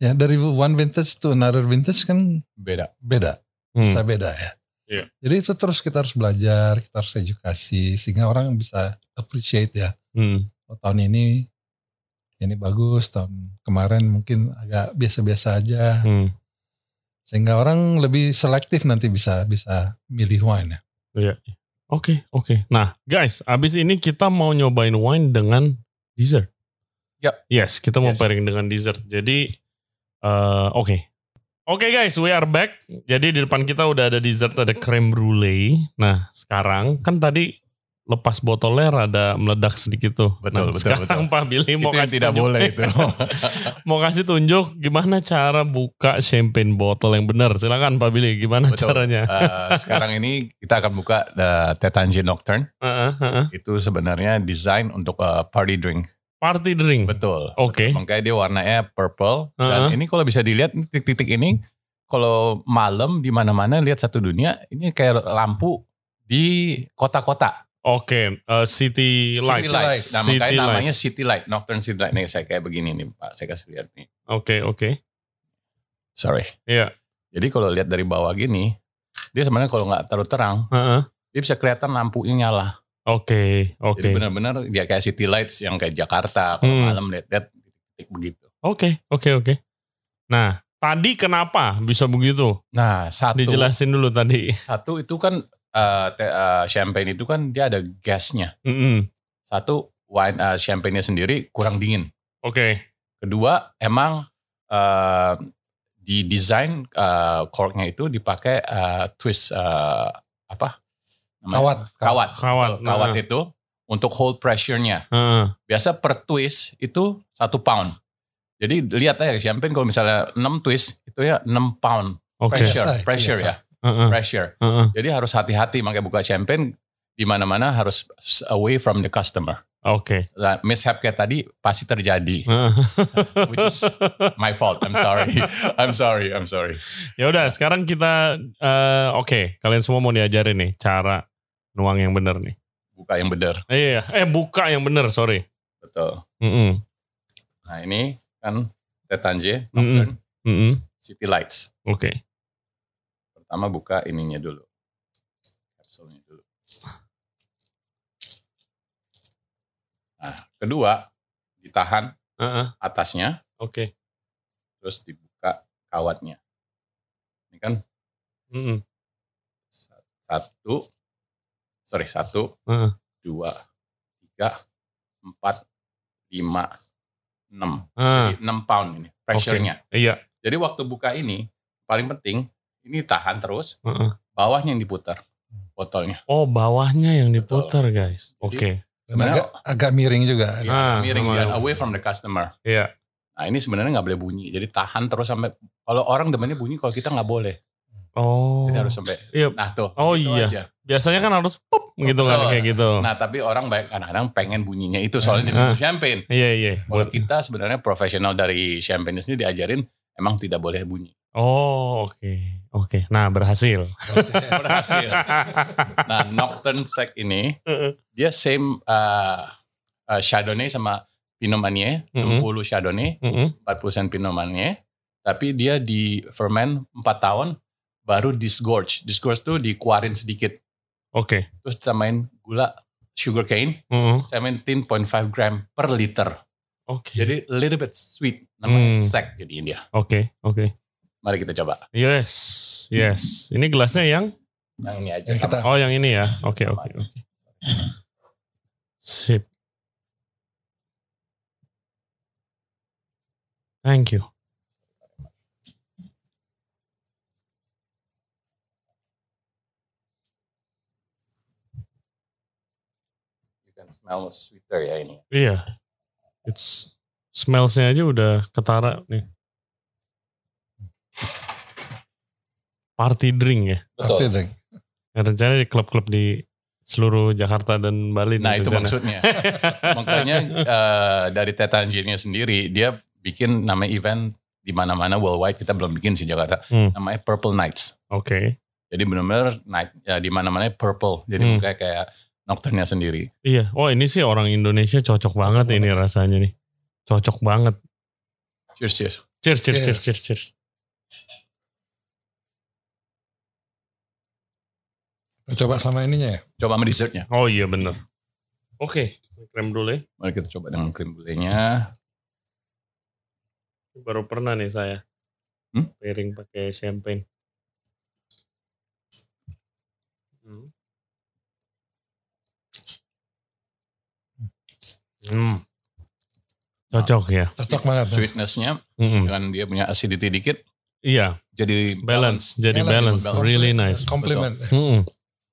C: Ya dari one vintage to another vintage kan
A: Beda.
C: beda,
B: Hmm.
C: bisa beda ya.
B: Iya.
C: Jadi itu terus kita harus belajar, kita harus edukasi sehingga orang bisa appreciate ya.
B: Hmm.
C: Oh, tahun ini ini bagus, tahun kemarin mungkin agak biasa-biasa aja.
B: Hmm.
C: Sehingga orang lebih selektif nanti bisa bisa milih wine ya.
B: Iya. Oke, oke. Nah, guys, abis ini kita mau nyobain wine dengan dessert.
A: Yap.
B: Yes, kita mau
A: Ya. Yes.
B: pairing dengan dessert. Jadi, eh, oke. Oke guys, we are back. Jadi di depan kita udah ada dessert, ada creme brulee. Nah, sekarang kan tadi lepas botolnya rada meledak sedikit tuh. Nah,
A: Betul, betul,
B: sekarang Pak Billy mau
A: itu yang
B: kasih
A: tidak
B: tunjuk.
A: boleh itu.
B: mau kasih tunjuk gimana cara buka champagne botol yang benar. Silakan Pak Billy, gimana
A: Betul.
B: caranya?
A: Eh, sekarang ini kita akan buka the Tetanji Nocturne.
B: Heeh, heeh.
A: Itu sebenarnya desain untuk eh, party drink.
B: Party drink.
A: Betul.
B: Oke.
A: Makanya dia warnanya purple.
B: Uh-uh.
A: Dan ini kalau bisa dilihat titik-titik ini kalau malam di mana-mana lihat satu dunia ini kayak lampu di kota-kota.
B: Oke, eh, City Lights.
A: City lights. Nah, makanya
B: City
A: namanya
B: Lights.
A: city light, nocturne city light. Nih saya kayak begini nih Pak, saya kasih lihat nih.
B: Oke, oke.
A: Sorry.
B: Iya.
A: Jadi kalau lihat dari bawah gini, dia sebenarnya kalau nggak terlalu terang,
B: Heeh.
A: dia bisa kelihatan lampunya nyala.
B: Oke, oke.
A: Jadi benar-benar dia kayak city lights yang kayak Jakarta kalau
B: Hmm.
A: malam lihat-lihat titik begitu.
B: Oke, oke, oke. Nah, tadi kenapa bisa begitu?
A: Nah, satu
B: Dijelasin dulu tadi.
A: satu itu kan eh, te- eh, champagne itu kan dia ada gasnya.
B: Mm-mm.
A: Satu wine eh, champagne-nya sendiri kurang dingin.
B: Oke.
A: Kedua, emang eh, di desain eh, corknya itu dipakai eh, twist eh, apa? namanya?
C: Kawat,
A: Kawat.
B: Kawat, nah.
A: Betul, Kawat itu untuk hold pressure-nya.
B: Heeh.
A: biasa per twist itu satu pound. Jadi lihat aja champagne kalau misalnya 6 twist itu ya 6 pound
B: Oke.
A: pressure,
C: Biasa,
A: pressure
C: biasa.
B: Heeh,
A: ya, pressure.
B: heeh.
A: Jadi harus hati-hati makanya buka champagne di mana-mana harus away from the customer.
B: Oke.
A: Nah, mishap kayak tadi pasti terjadi,
B: Heeh.
A: which is my fault. I'm sorry, I'm sorry, I'm sorry.
B: Ya udah, sekarang kita eh, oke, kalian semua mau diajarin nih cara nuang yang benar nih.
A: Buka yang bener,
B: Iya, eh buka yang benar, sorry.
A: betul.
B: Mm-mm.
A: Nah ini kan Tetanje,
B: Mm-mm.
A: Nocturne,
B: Mm-mm.
A: City Lights.
B: Oke.
A: Pertama buka ininya dulu, kapsulnya dulu. Nah, kedua ditahan
B: Heeh,
A: atasnya,
B: Oke.
A: terus dibuka kawatnya. Ini kan
B: Mm-mm.
A: satu, sorry satu,
B: Heeh.
A: dua, tiga, empat, lima, enam.
B: Ah,
A: Jadi enam pound ini pressure-nya.
B: Iya.
A: Jadi waktu buka ini paling penting ini tahan terus,
B: Heeh.
A: bawahnya yang diputar botolnya.
B: Oh, bawahnya yang diputar, guys.
A: Jadi-
B: Oke.
C: Dan agak, agak miring juga.
A: Iya,
B: Ah,
A: miring
B: sama-
A: dan away from the customer.
B: Iya.
A: Nah ini sebenarnya nggak boleh bunyi. Jadi tahan terus sampai kalau orang demennya bunyi, kalau kita nggak boleh.
B: Oh.
A: Kita harus sampai.
B: Iya.
A: Nah tuh.
B: Oh,
A: gitu
B: iya.
A: aja.
B: Biasanya kan harus pop gitu kan
A: Betul.
B: kayak gitu.
A: Nah tapi orang banyak kadang-kadang pengen bunyinya itu soalnya dia minum champagne.
B: Iya, iya. Buat-
A: Kalau kita sebenarnya profesional dari champagne ini diajarin emang tidak boleh bunyi.
B: Oh, oke. Oke. Nah, berhasil.
C: ya.
A: Berhasil. nah Nocturne Sec ini dia same uh, uh, Chardonnay sama Pinot Meunier,
B: Mhm.
A: 60 Chardonnay,
B: Mm-mm.
A: 40% Pinot Meunier, tapi dia di ferment 4 tahun baru disgorge. Disgorge tuh dikuarin sedikit,
B: Oke.
A: terus tambahin gula sugar cane
B: Mm-mm.
A: 17.5 gram per liter.
B: Oke.
A: Jadi a little bit sweet, namanya
B: Hmm.
A: sec jadi dia.
B: Oke, oke.
A: Mari kita coba.
B: Yes, yes. Ini gelasnya yang
A: Yang Nah, ini aja.
C: Ya,
A: sama.
C: kita
B: oh yang ini ya. Oke, oke, oke. Sip. Thank you.
A: You can kan smell sweeter ya ini.
B: Iya. It's smells-nya aja udah ketara nih. Party drink ya.
A: Betul.
C: Party drink.
B: Ya, Rencananya di klub-klub di seluruh Jakarta dan Bali.
A: Nah
B: nih
A: itu
B: rencana.
A: maksudnya. Makanya eh, dari Tetanjirnya sendiri dia bikin nama event di mana-mana worldwide kita belum bikin sih Jakarta.
B: Hmm.
A: Namanya Purple Nights.
B: Oke.
A: Jadi benar-benar night ya, di eh, mana-mana purple. Jadi
B: Hmm.
A: kayak kayak nocturne-nya sendiri.
B: Iya. Oh ini sih orang Indonesia cocok banget
A: Cocok
B: ini
A: banget.
B: rasanya nih. Cocok banget.
A: Cheers, cheers.
B: Cheers, cheers,
C: Cheers.
B: cheers, cheers, cheers.
C: Kita coba sama ininya ya.
A: Coba sama dessertnya.
B: Oh iya bener. Oke. Krem dulu ya.
A: Mari kita coba dengan krim nya
B: Baru pernah nih saya.
A: Hmm?
B: Piring pakai champagne. Hmm. Hmm. Cocok Hmm. ya. Iya.
C: Cocok banget.
A: Sweetness-nya
B: Mm-mm.
A: dengan dia punya acidity dikit
B: Iya,
A: jadi
B: balance, jadi
C: Enak,
B: balance,
A: balance.
B: really nice.
C: Compliment.
B: Mm-mm.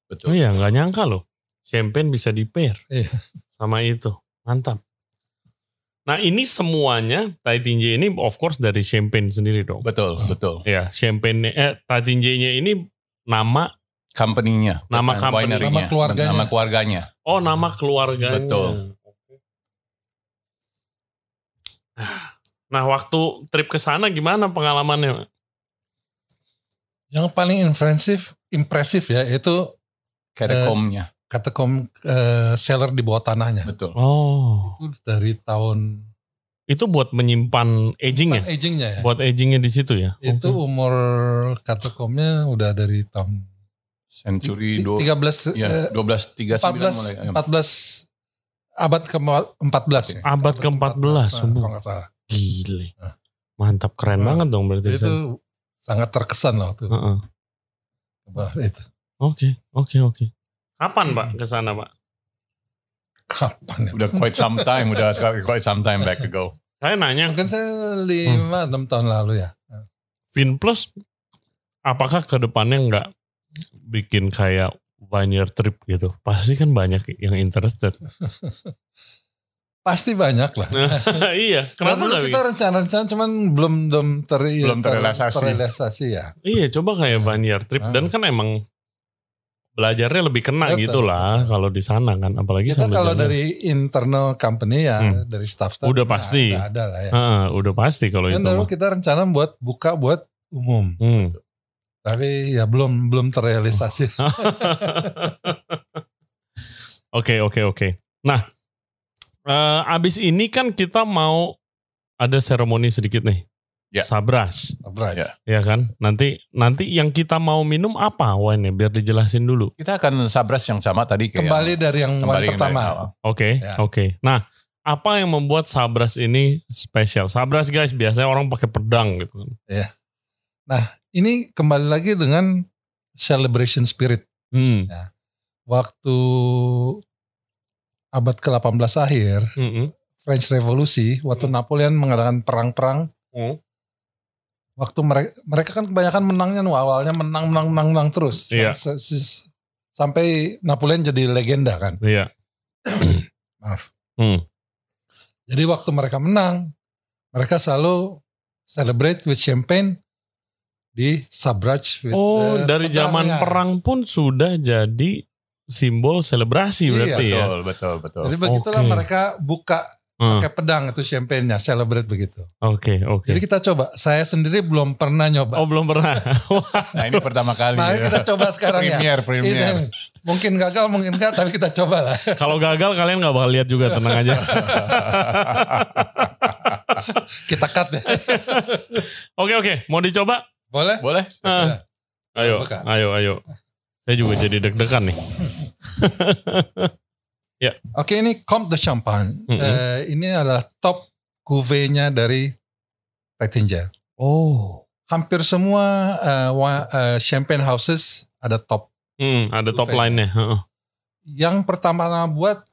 A: Betul.
B: Oh iya, nggak nyangka loh. Champagne bisa di pair.
C: Iya.
B: Sama itu. Mantap. Nah ini semuanya, Tai Tinje ini of course dari champagne sendiri dong.
A: Betul, betul.
B: Ya, champagne eh Tai Tinje-nya ini nama
A: Company-nya,
B: Nama
A: bukan
B: company.
A: winery-nya,
C: Nama keluarganya.
A: Nama keluarganya.
B: oh nama keluarganya.
A: Betul.
B: Nah, waktu trip ke sana gimana pengalamannya? Pak?
C: Yang paling impresif, impresif ya itu Eh,
A: Kerekomnya.
C: katakom eh, seller di bawah tanahnya.
A: Betul.
B: Oh,
C: Itu dari tahun
B: itu buat menyimpan agingnya,
C: agingnya ya.
B: buat agingnya di situ ya.
C: Itu umur katakomnya udah dari tahun
A: Century
C: ti-
A: dua
C: 13
A: ya,
C: eh,
A: 12 mulai.
C: 14
A: Ya.
C: 14 abad ke 14 ya.
B: Abad ke-14,
C: nah,
B: sungguh.
C: kalau nggak salah.
B: Gile.
C: Nah.
B: Mantap keren
C: Nah,
B: banget dong berarti.
C: Jadi
B: Sen.
C: itu sangat terkesan loh tuh.
B: Heeh.
C: Wah, itu.
B: Oke, oke, oke. Kapan, Pak, ke sana, Pak?
C: Kapan itu?
A: Udah quite some time, udah sekali- quite some time back ago.
B: Saya nanya,
C: Mungkin Kan saya
B: Hmm.
C: 5 6 tahun lalu ya.
B: Vinplus apakah ke depannya nggak bikin kayak one year trip gitu? Pasti kan banyak yang interested.
C: Pasti banyak lah.
B: iya, kenapa
C: Karena dulu
B: nggak
C: kita
B: bikin?
C: rencana-rencana cuman belum belum ter,
A: Belum terrealisasi.
C: terrealisasi ya.
B: Iya, coba kayak one year trip
C: Ah.
B: dan kan emang belajarnya lebih kena
C: Betul.
B: gitu lah kalau di sana kan apalagi
C: Kita
B: sambil
C: Iya kalau
B: jalan.
C: dari internal company ya,
B: Hmm.
C: dari staff-staff
B: Udah
C: ya,
B: pasti.
C: udah ada lah
A: Nah,
C: ya.
B: Ah, udah pasti kalau
C: Dan
B: itu
C: dulu
B: mah.
C: kita rencana buat buka buat umum,
B: Hmm.
C: tapi ya belum belum terrealisasi.
A: Hmm.
B: Oke oke oke. Nah, eh, abis ini kan kita mau ada seremoni sedikit nih.
A: Ya.
B: Sabras,
C: Surprise.
A: Ya.
B: ya kan? Nanti nanti yang kita mau minum apa wine biar dijelasin dulu.
A: Kita akan sabras yang sama tadi kayak
C: Kembali dari yang
A: ya. kembali
C: one
A: yang dari
C: pertama.
A: awal.
B: Oke
C: Ya.
B: oke. Nah, apa yang membuat Sabras ini spesial? Sabras guys biasanya orang pakai pedang gitu. kan.
C: Ini kembali lagi dengan celebration spirit.
B: Hmm.
C: Waktu abad ke-18 akhir,
B: Mm-mm.
C: French Revolution,
A: Hmm.
C: waktu Napoleon mengadakan perang-perang
B: Hmm.
C: waktu mereka mereka kan kebanyakan menangnya nu awalnya menang menang menang menang terus
B: Iya.
C: S- s- sampai Napoleon jadi legenda kan
B: Iya.
C: maaf
B: Hmm.
C: jadi waktu mereka menang mereka selalu celebrate with champagne di Sabraj with
B: Oh,
C: the
B: dari zaman
C: eh, pedangnya.
B: perang pun sudah jadi simbol selebrasi
C: Iya,
B: berarti ya.
A: Betul, betul, betul.
C: jadi begitulah
B: Oke.
C: mereka buka
B: Hmm.
C: pakai pedang itu champagne-nya celebrate begitu
B: Oke oke.
C: jadi kita coba saya sendiri belum pernah nyoba
B: Oh iya. belum pernah.
A: Nah, ini pertama kali.
C: Mari kita coba sekarang ya
A: Premier, premier.
C: Ini- mungkin gagal mungkin enggak tapi kita coba lah
B: Kalau gagal kalian nggak bakal lihat juga tenang aja.
C: kita cut ya
B: Oke oke, mau dicoba?
C: boleh
A: Boleh?
B: Eh, ayo,
C: Buka.
B: ayo, ayo. Saya juga jadi deg-degan nih.
C: Oke ini Comte de Champagne.
B: Mm-mm.
C: Eh, ini adalah top cuvée-nya dari Pettinger.
B: Oh.
C: Hampir semua eh, wa- eh, champagne houses ada top.
B: Hmm, ada top
C: Buffet.
B: line-nya. heeh.
C: Yang pertama buat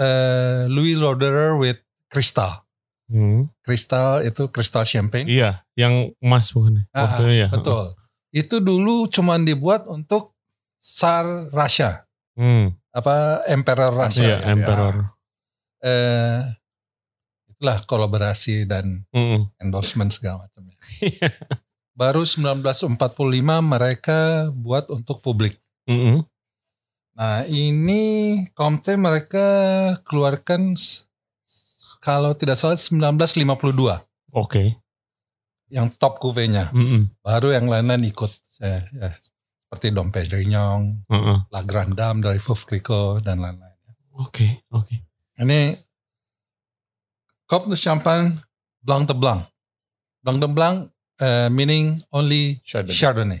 C: eh, Louis Lauderer with Crystal.
B: Hmm.
C: Crystal itu Crystal Champagne.
B: Iya, yang emas bukan?
C: Ah,
B: Waktu itu ya.
C: Betul. Itu dulu cuman dibuat untuk Tsar Russia,
B: Hmm.
C: apa Emperor Russia.
B: Iya,
A: ya.
B: emperor.
C: Eh, itulah kolaborasi dan
B: Mm-mm.
C: endorsement segala macam. ya. Baru 1945 mereka buat untuk publik.
B: Mm-mm.
C: Nah ini Comte mereka keluarkan s- kalau tidak salah 1952
B: Oke. Hmm,
C: yang top cuvée-nya.
B: Mm-mm.
C: Baru yang lain-lain ikut. Ya, ya. Seperti Dom Perignon,
B: Heeh.
C: La Grande Dame dari Veuve Clicquot dan lain-lain.
B: Oke, oke.
C: Ini Cop de Champagne Blanc de Blanc. Blanc de Blanc eh, meaning only
A: Chardonnay.
C: Chardonnay.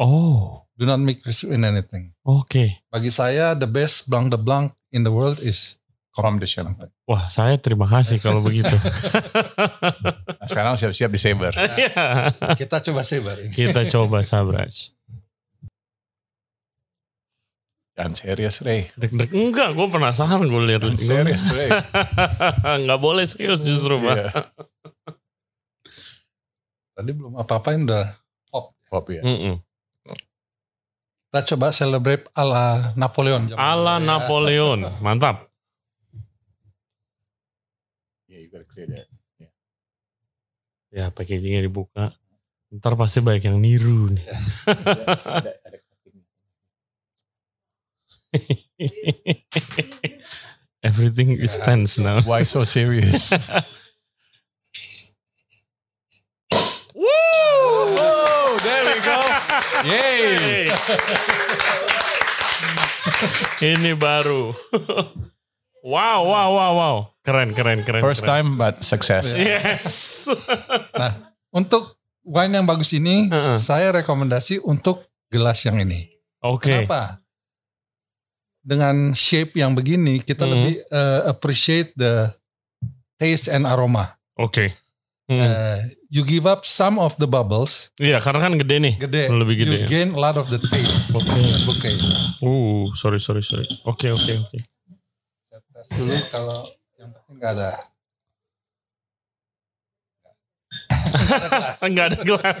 B: Oh,
C: Do not mix in anything.
B: oke.
C: Bagi saya the best Blanc de Blanc in the world is
A: From the Nah, Champagne.
B: Wah, saya terima kasih kalau begitu.
A: Nah, sekarang siap-siap di Saber.
B: Iya.
C: Kita coba sebar ini.
B: Kita coba Sabraj.
A: Jangan serius, Ray.
B: Deg-deg. Enggak, gue penasaran gue lihat.
A: Jangan Kan
C: Iya.
A: serius, Ray.
B: Enggak boleh serius justru, Pak.
A: Iya.
C: Tadi belum apa-apain udah.
A: Pop, ya.
B: Mm-mm.
C: Kita coba celebrate ala Napoleon. zaman
B: Ala
A: Iya.
C: dulu ya.
B: Napoleon, mantap.
A: Yeah, you gotta clear that.
B: Ya packagingnya dibuka. Ntar pasti banyak yang niru nih.
A: Iya, Ada- ada- ada cutting.
B: Everything is tense now.
A: Why so serious? Woo! Oh, There we go.
B: Hey.
A: Yay!
B: Ini baru. wow, wow, wow, wow. Keren, keren, keren.
A: First
B: keren.
A: time but
C: Iya.
A: success.
B: Yes.
C: Untuk wine yang bagus ini,
B: Heeh.
C: saya rekomendasi untuk gelas yang ini.
B: Oke.
C: Kenapa? Dengan shape yang begini, kita
B: Mhm.
C: lebih uh, appreciate the taste and aroma.
B: Oke.
A: Eh.
B: Hmm.
C: Uh, you give up some of the bubbles,
B: Iya, karena kan gede nih.
C: gede.
B: Lebih gede. ya.
C: You gain a lot of the taste.
B: Oke.
C: dan bouquet.
B: Uh, sorry, sorry, sorry. Oke, oke, oke.
C: Saya tes dulu kalau yang penting nggak ada.
B: Enggak ada gelas.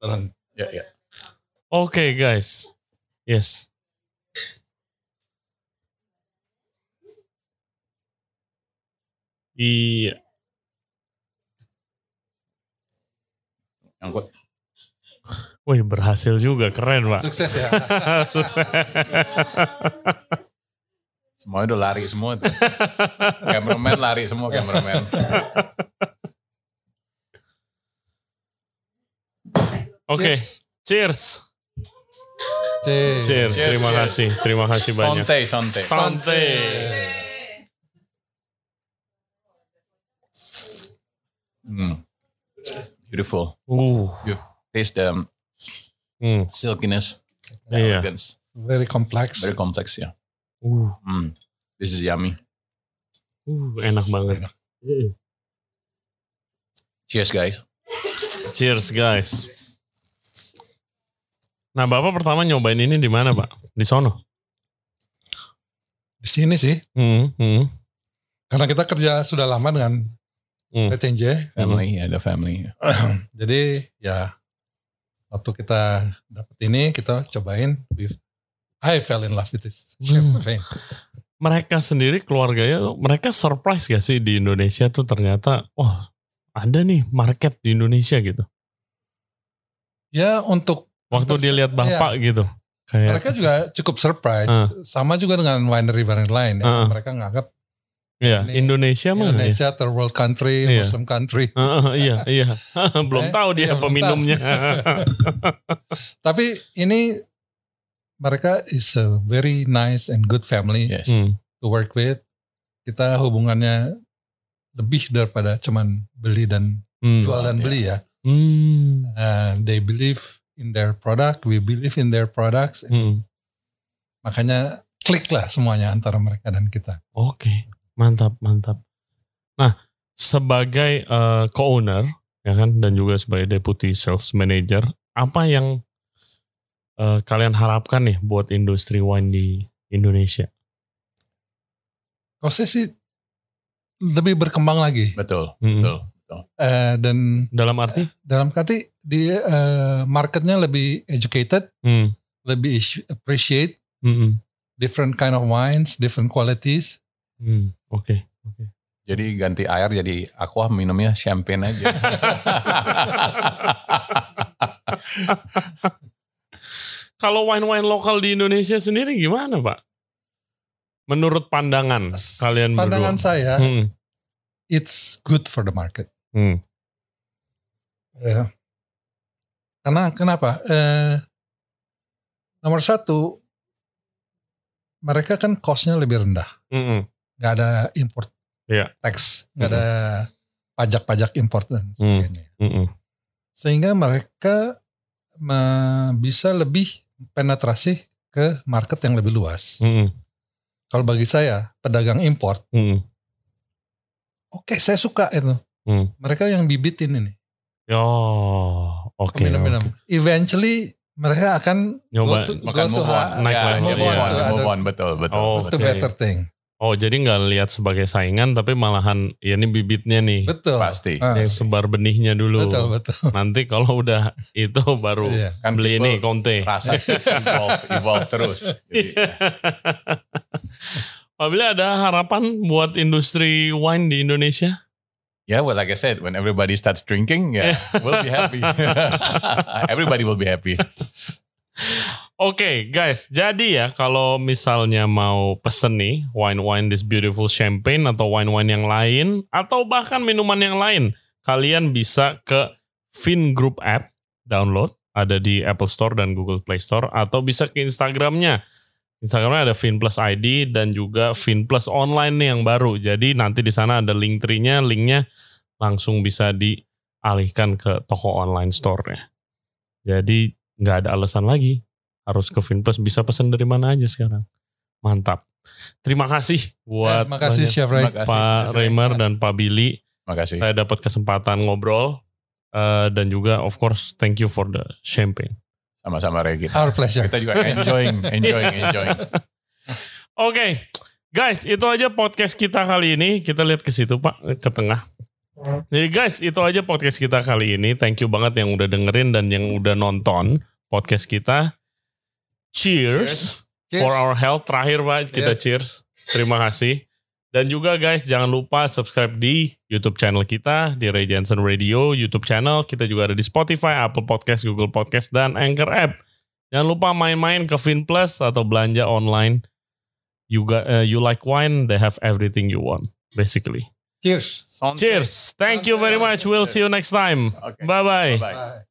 C: Tolong.
A: Ya, ya.
B: oke, guys. Yes. Iya.
A: Angkut.
B: Wih, berhasil juga. Keren, Pak.
C: Sukses ya.
A: Semuanya udah lari semua tuh. cameraman lari semua cameraman.
B: Oke,
C: Cheers.
B: cheers.
C: Cheers.
B: Cheers.
A: Cheers,
B: Terima
A: cheers.
B: kasih. Terima kasih banyak.
A: Santai, santai.
B: Santai.
A: Mm. Beautiful.
B: Uh.
A: Taste the
B: Hmm.
A: silkiness, the
B: Iya.
A: elegance.
C: Very complex.
A: Very complex, yeah.
B: Uh.
A: Mm. This is yummy.
B: Uh, enak banget. Mm.
A: Cheers, guys.
B: Cheers, guys. Nah, Bapak pertama nyobain ini di mana, Pak? Di sono.
C: Di sini sih,
B: Hmm, hmm.
C: karena kita kerja sudah lama dengan
B: Hmm.
C: PCNJ.
A: Family, yeah, the family.
C: Jadi ya waktu kita dapat ini kita cobain. with- I fell in love with this champagne.
B: Mereka sendiri keluarganya mereka surprise gak sih di Indonesia tuh ternyata wah, ada nih market di Indonesia gitu.
C: Ya untuk
B: Waktu
C: Terus, iya.
B: dia lihat Bapak gitu. Kayak
C: mereka juga cukup surprise.
B: Ah.
C: Sama juga dengan winery-winery lain. Ya.
B: Ah.
C: Mereka nganggap
B: Iya,
C: ini
B: Indonesia mah. ya.
C: Indonesia third world country,
B: Iya.
C: Muslim country.
B: Heeh, iya, iya. belum
C: Eh,
B: tahu dia
C: iya, belum
B: peminumnya.
C: Tapi ini mereka is a very nice and good family.
A: Yes.
B: Hmm,
C: to work with. Kita hubungannya lebih daripada cuman beli dan
B: hmm,
C: jual dan
A: Iya.
C: beli ya.
B: hmm,
C: Uh, they believe in their product, we believe in their products.
B: hmm.
C: Makanya klik lah semuanya antara mereka dan kita.
B: Oke, mantap, mantap. Nah, sebagai eh, co-owner ya kan dan juga sebagai deputy sales manager, apa yang eh, kalian harapkan nih buat industri wine di Indonesia?
C: Kalau saya sih lebih berkembang lagi
A: Betul,
B: Hmm.
A: betul.
C: Uh, dan
B: Dalam arti?
C: dalam kati di uh, marketnya lebih educated,
B: Hmm,
C: lebih is- appreciate
B: hmm, hmm,
C: different kind of wines, different qualities.
B: hmm. Oke.
A: Jadi ganti air jadi aqua minumnya champagne aja.
B: Kalau wine-wine lokal di Indonesia sendiri gimana, Pak? Menurut pandangan kalian
C: Pandangan
B: berdua?
C: saya,
B: Hmm,
C: it's good for the market.
B: hmm.
C: Ya. Karena kenapa? Eh, nomor satu, mereka kan costnya lebih rendah.
B: Mm-mm.
C: Nggak ada import
B: Iya.
C: tax, nggak ada pajak-pajak import
B: Hmm.
C: dan sebagainya.
B: Mm-mm.
C: Sehingga mereka me- bisa lebih penetrasi ke market yang lebih luas.
B: Mm-mm.
C: Kalau bagi saya, pedagang import,
B: Mm-mm.
C: oke saya suka itu.
B: Hmm.
C: Mereka yang bibitin ini,
B: Oh, oke.
C: minum-minum. Eventually mereka akan
B: Nyoba.
C: Go to-
A: Makan
C: go to
A: move on.
C: ha-
B: naik
A: Ya,
B: level,
A: move
C: ya.
A: on,
C: Ada-
A: move on, betul, betul.
B: Oh,
C: to
A: betul.
B: betul.
C: better thing.
B: Oh, jadi nggak lihat sebagai saingan tapi malahan ya ini bibitnya nih.
C: Betul.
A: Pasti.
C: Ah,
B: Yang sebar benihnya dulu.
C: betul, betul.
B: Nanti kalau udah itu baru
C: Iya.
A: Kan
B: beli
A: people
B: ini Iya. Conte.
A: Rasa terus evolve, evolve terus. Jadi,
B: Pak Billy, ada harapan buat industri wine di Indonesia?
A: Yeah, well, like I said, when everybody starts drinking, yeah, we'll be happy. everybody will be happy.
B: Oke guys, jadi ya kalau misalnya mau pesen nih wine-wine this beautiful champagne atau wine-wine yang lain atau bahkan minuman yang lain, kalian bisa ke Fin Group app download ada di Apple Store dan Google Play Store atau bisa ke Instagramnya. Instagramnya ada Fin Plus ID dan juga Fin Plus Online nih yang baru. Jadi nanti di sana ada link trinya, linknya langsung bisa dialihkan ke toko online store-nya. Jadi nggak ada alasan lagi harus ke Vinplus bisa pesan dari mana aja sekarang. Mantap. Terima kasih buat
C: Terima kasih
B: banyak
C: Eh, Chef Ray.
A: Terima kasih.
B: Pak
A: Terima kasih.
B: Reimer dan Pak Billy.
A: Terima kasih.
B: Saya dapat kesempatan ngobrol eh, dan juga of course thank you for the champagne.
A: Sama-sama Regi.
C: Our pleasure.
A: Kita juga enjoying, enjoying, enjoying.
B: Oke. Guys, itu aja podcast kita kali ini. Kita lihat ke situ, Pak, ke tengah. Jadi guys, itu aja podcast kita kali ini. Thank you banget yang udah dengerin dan yang udah nonton podcast kita. Cheers.
C: Cheers.
B: for our health terakhir pak kita
C: Yes.
B: cheers terima kasih dan juga guys jangan lupa subscribe di YouTube channel kita di Ray Jensen Radio YouTube channel kita juga ada di Spotify Apple Podcast Google Podcast dan Anchor app jangan lupa main-main ke Vinplus atau belanja online you got- eh, you like wine they have everything you want basically
C: Cheers.
A: Sonte.
B: cheers thank you very much we'll see you next time
A: Okay.
B: bye bye
A: Bye-bye.
C: Bye.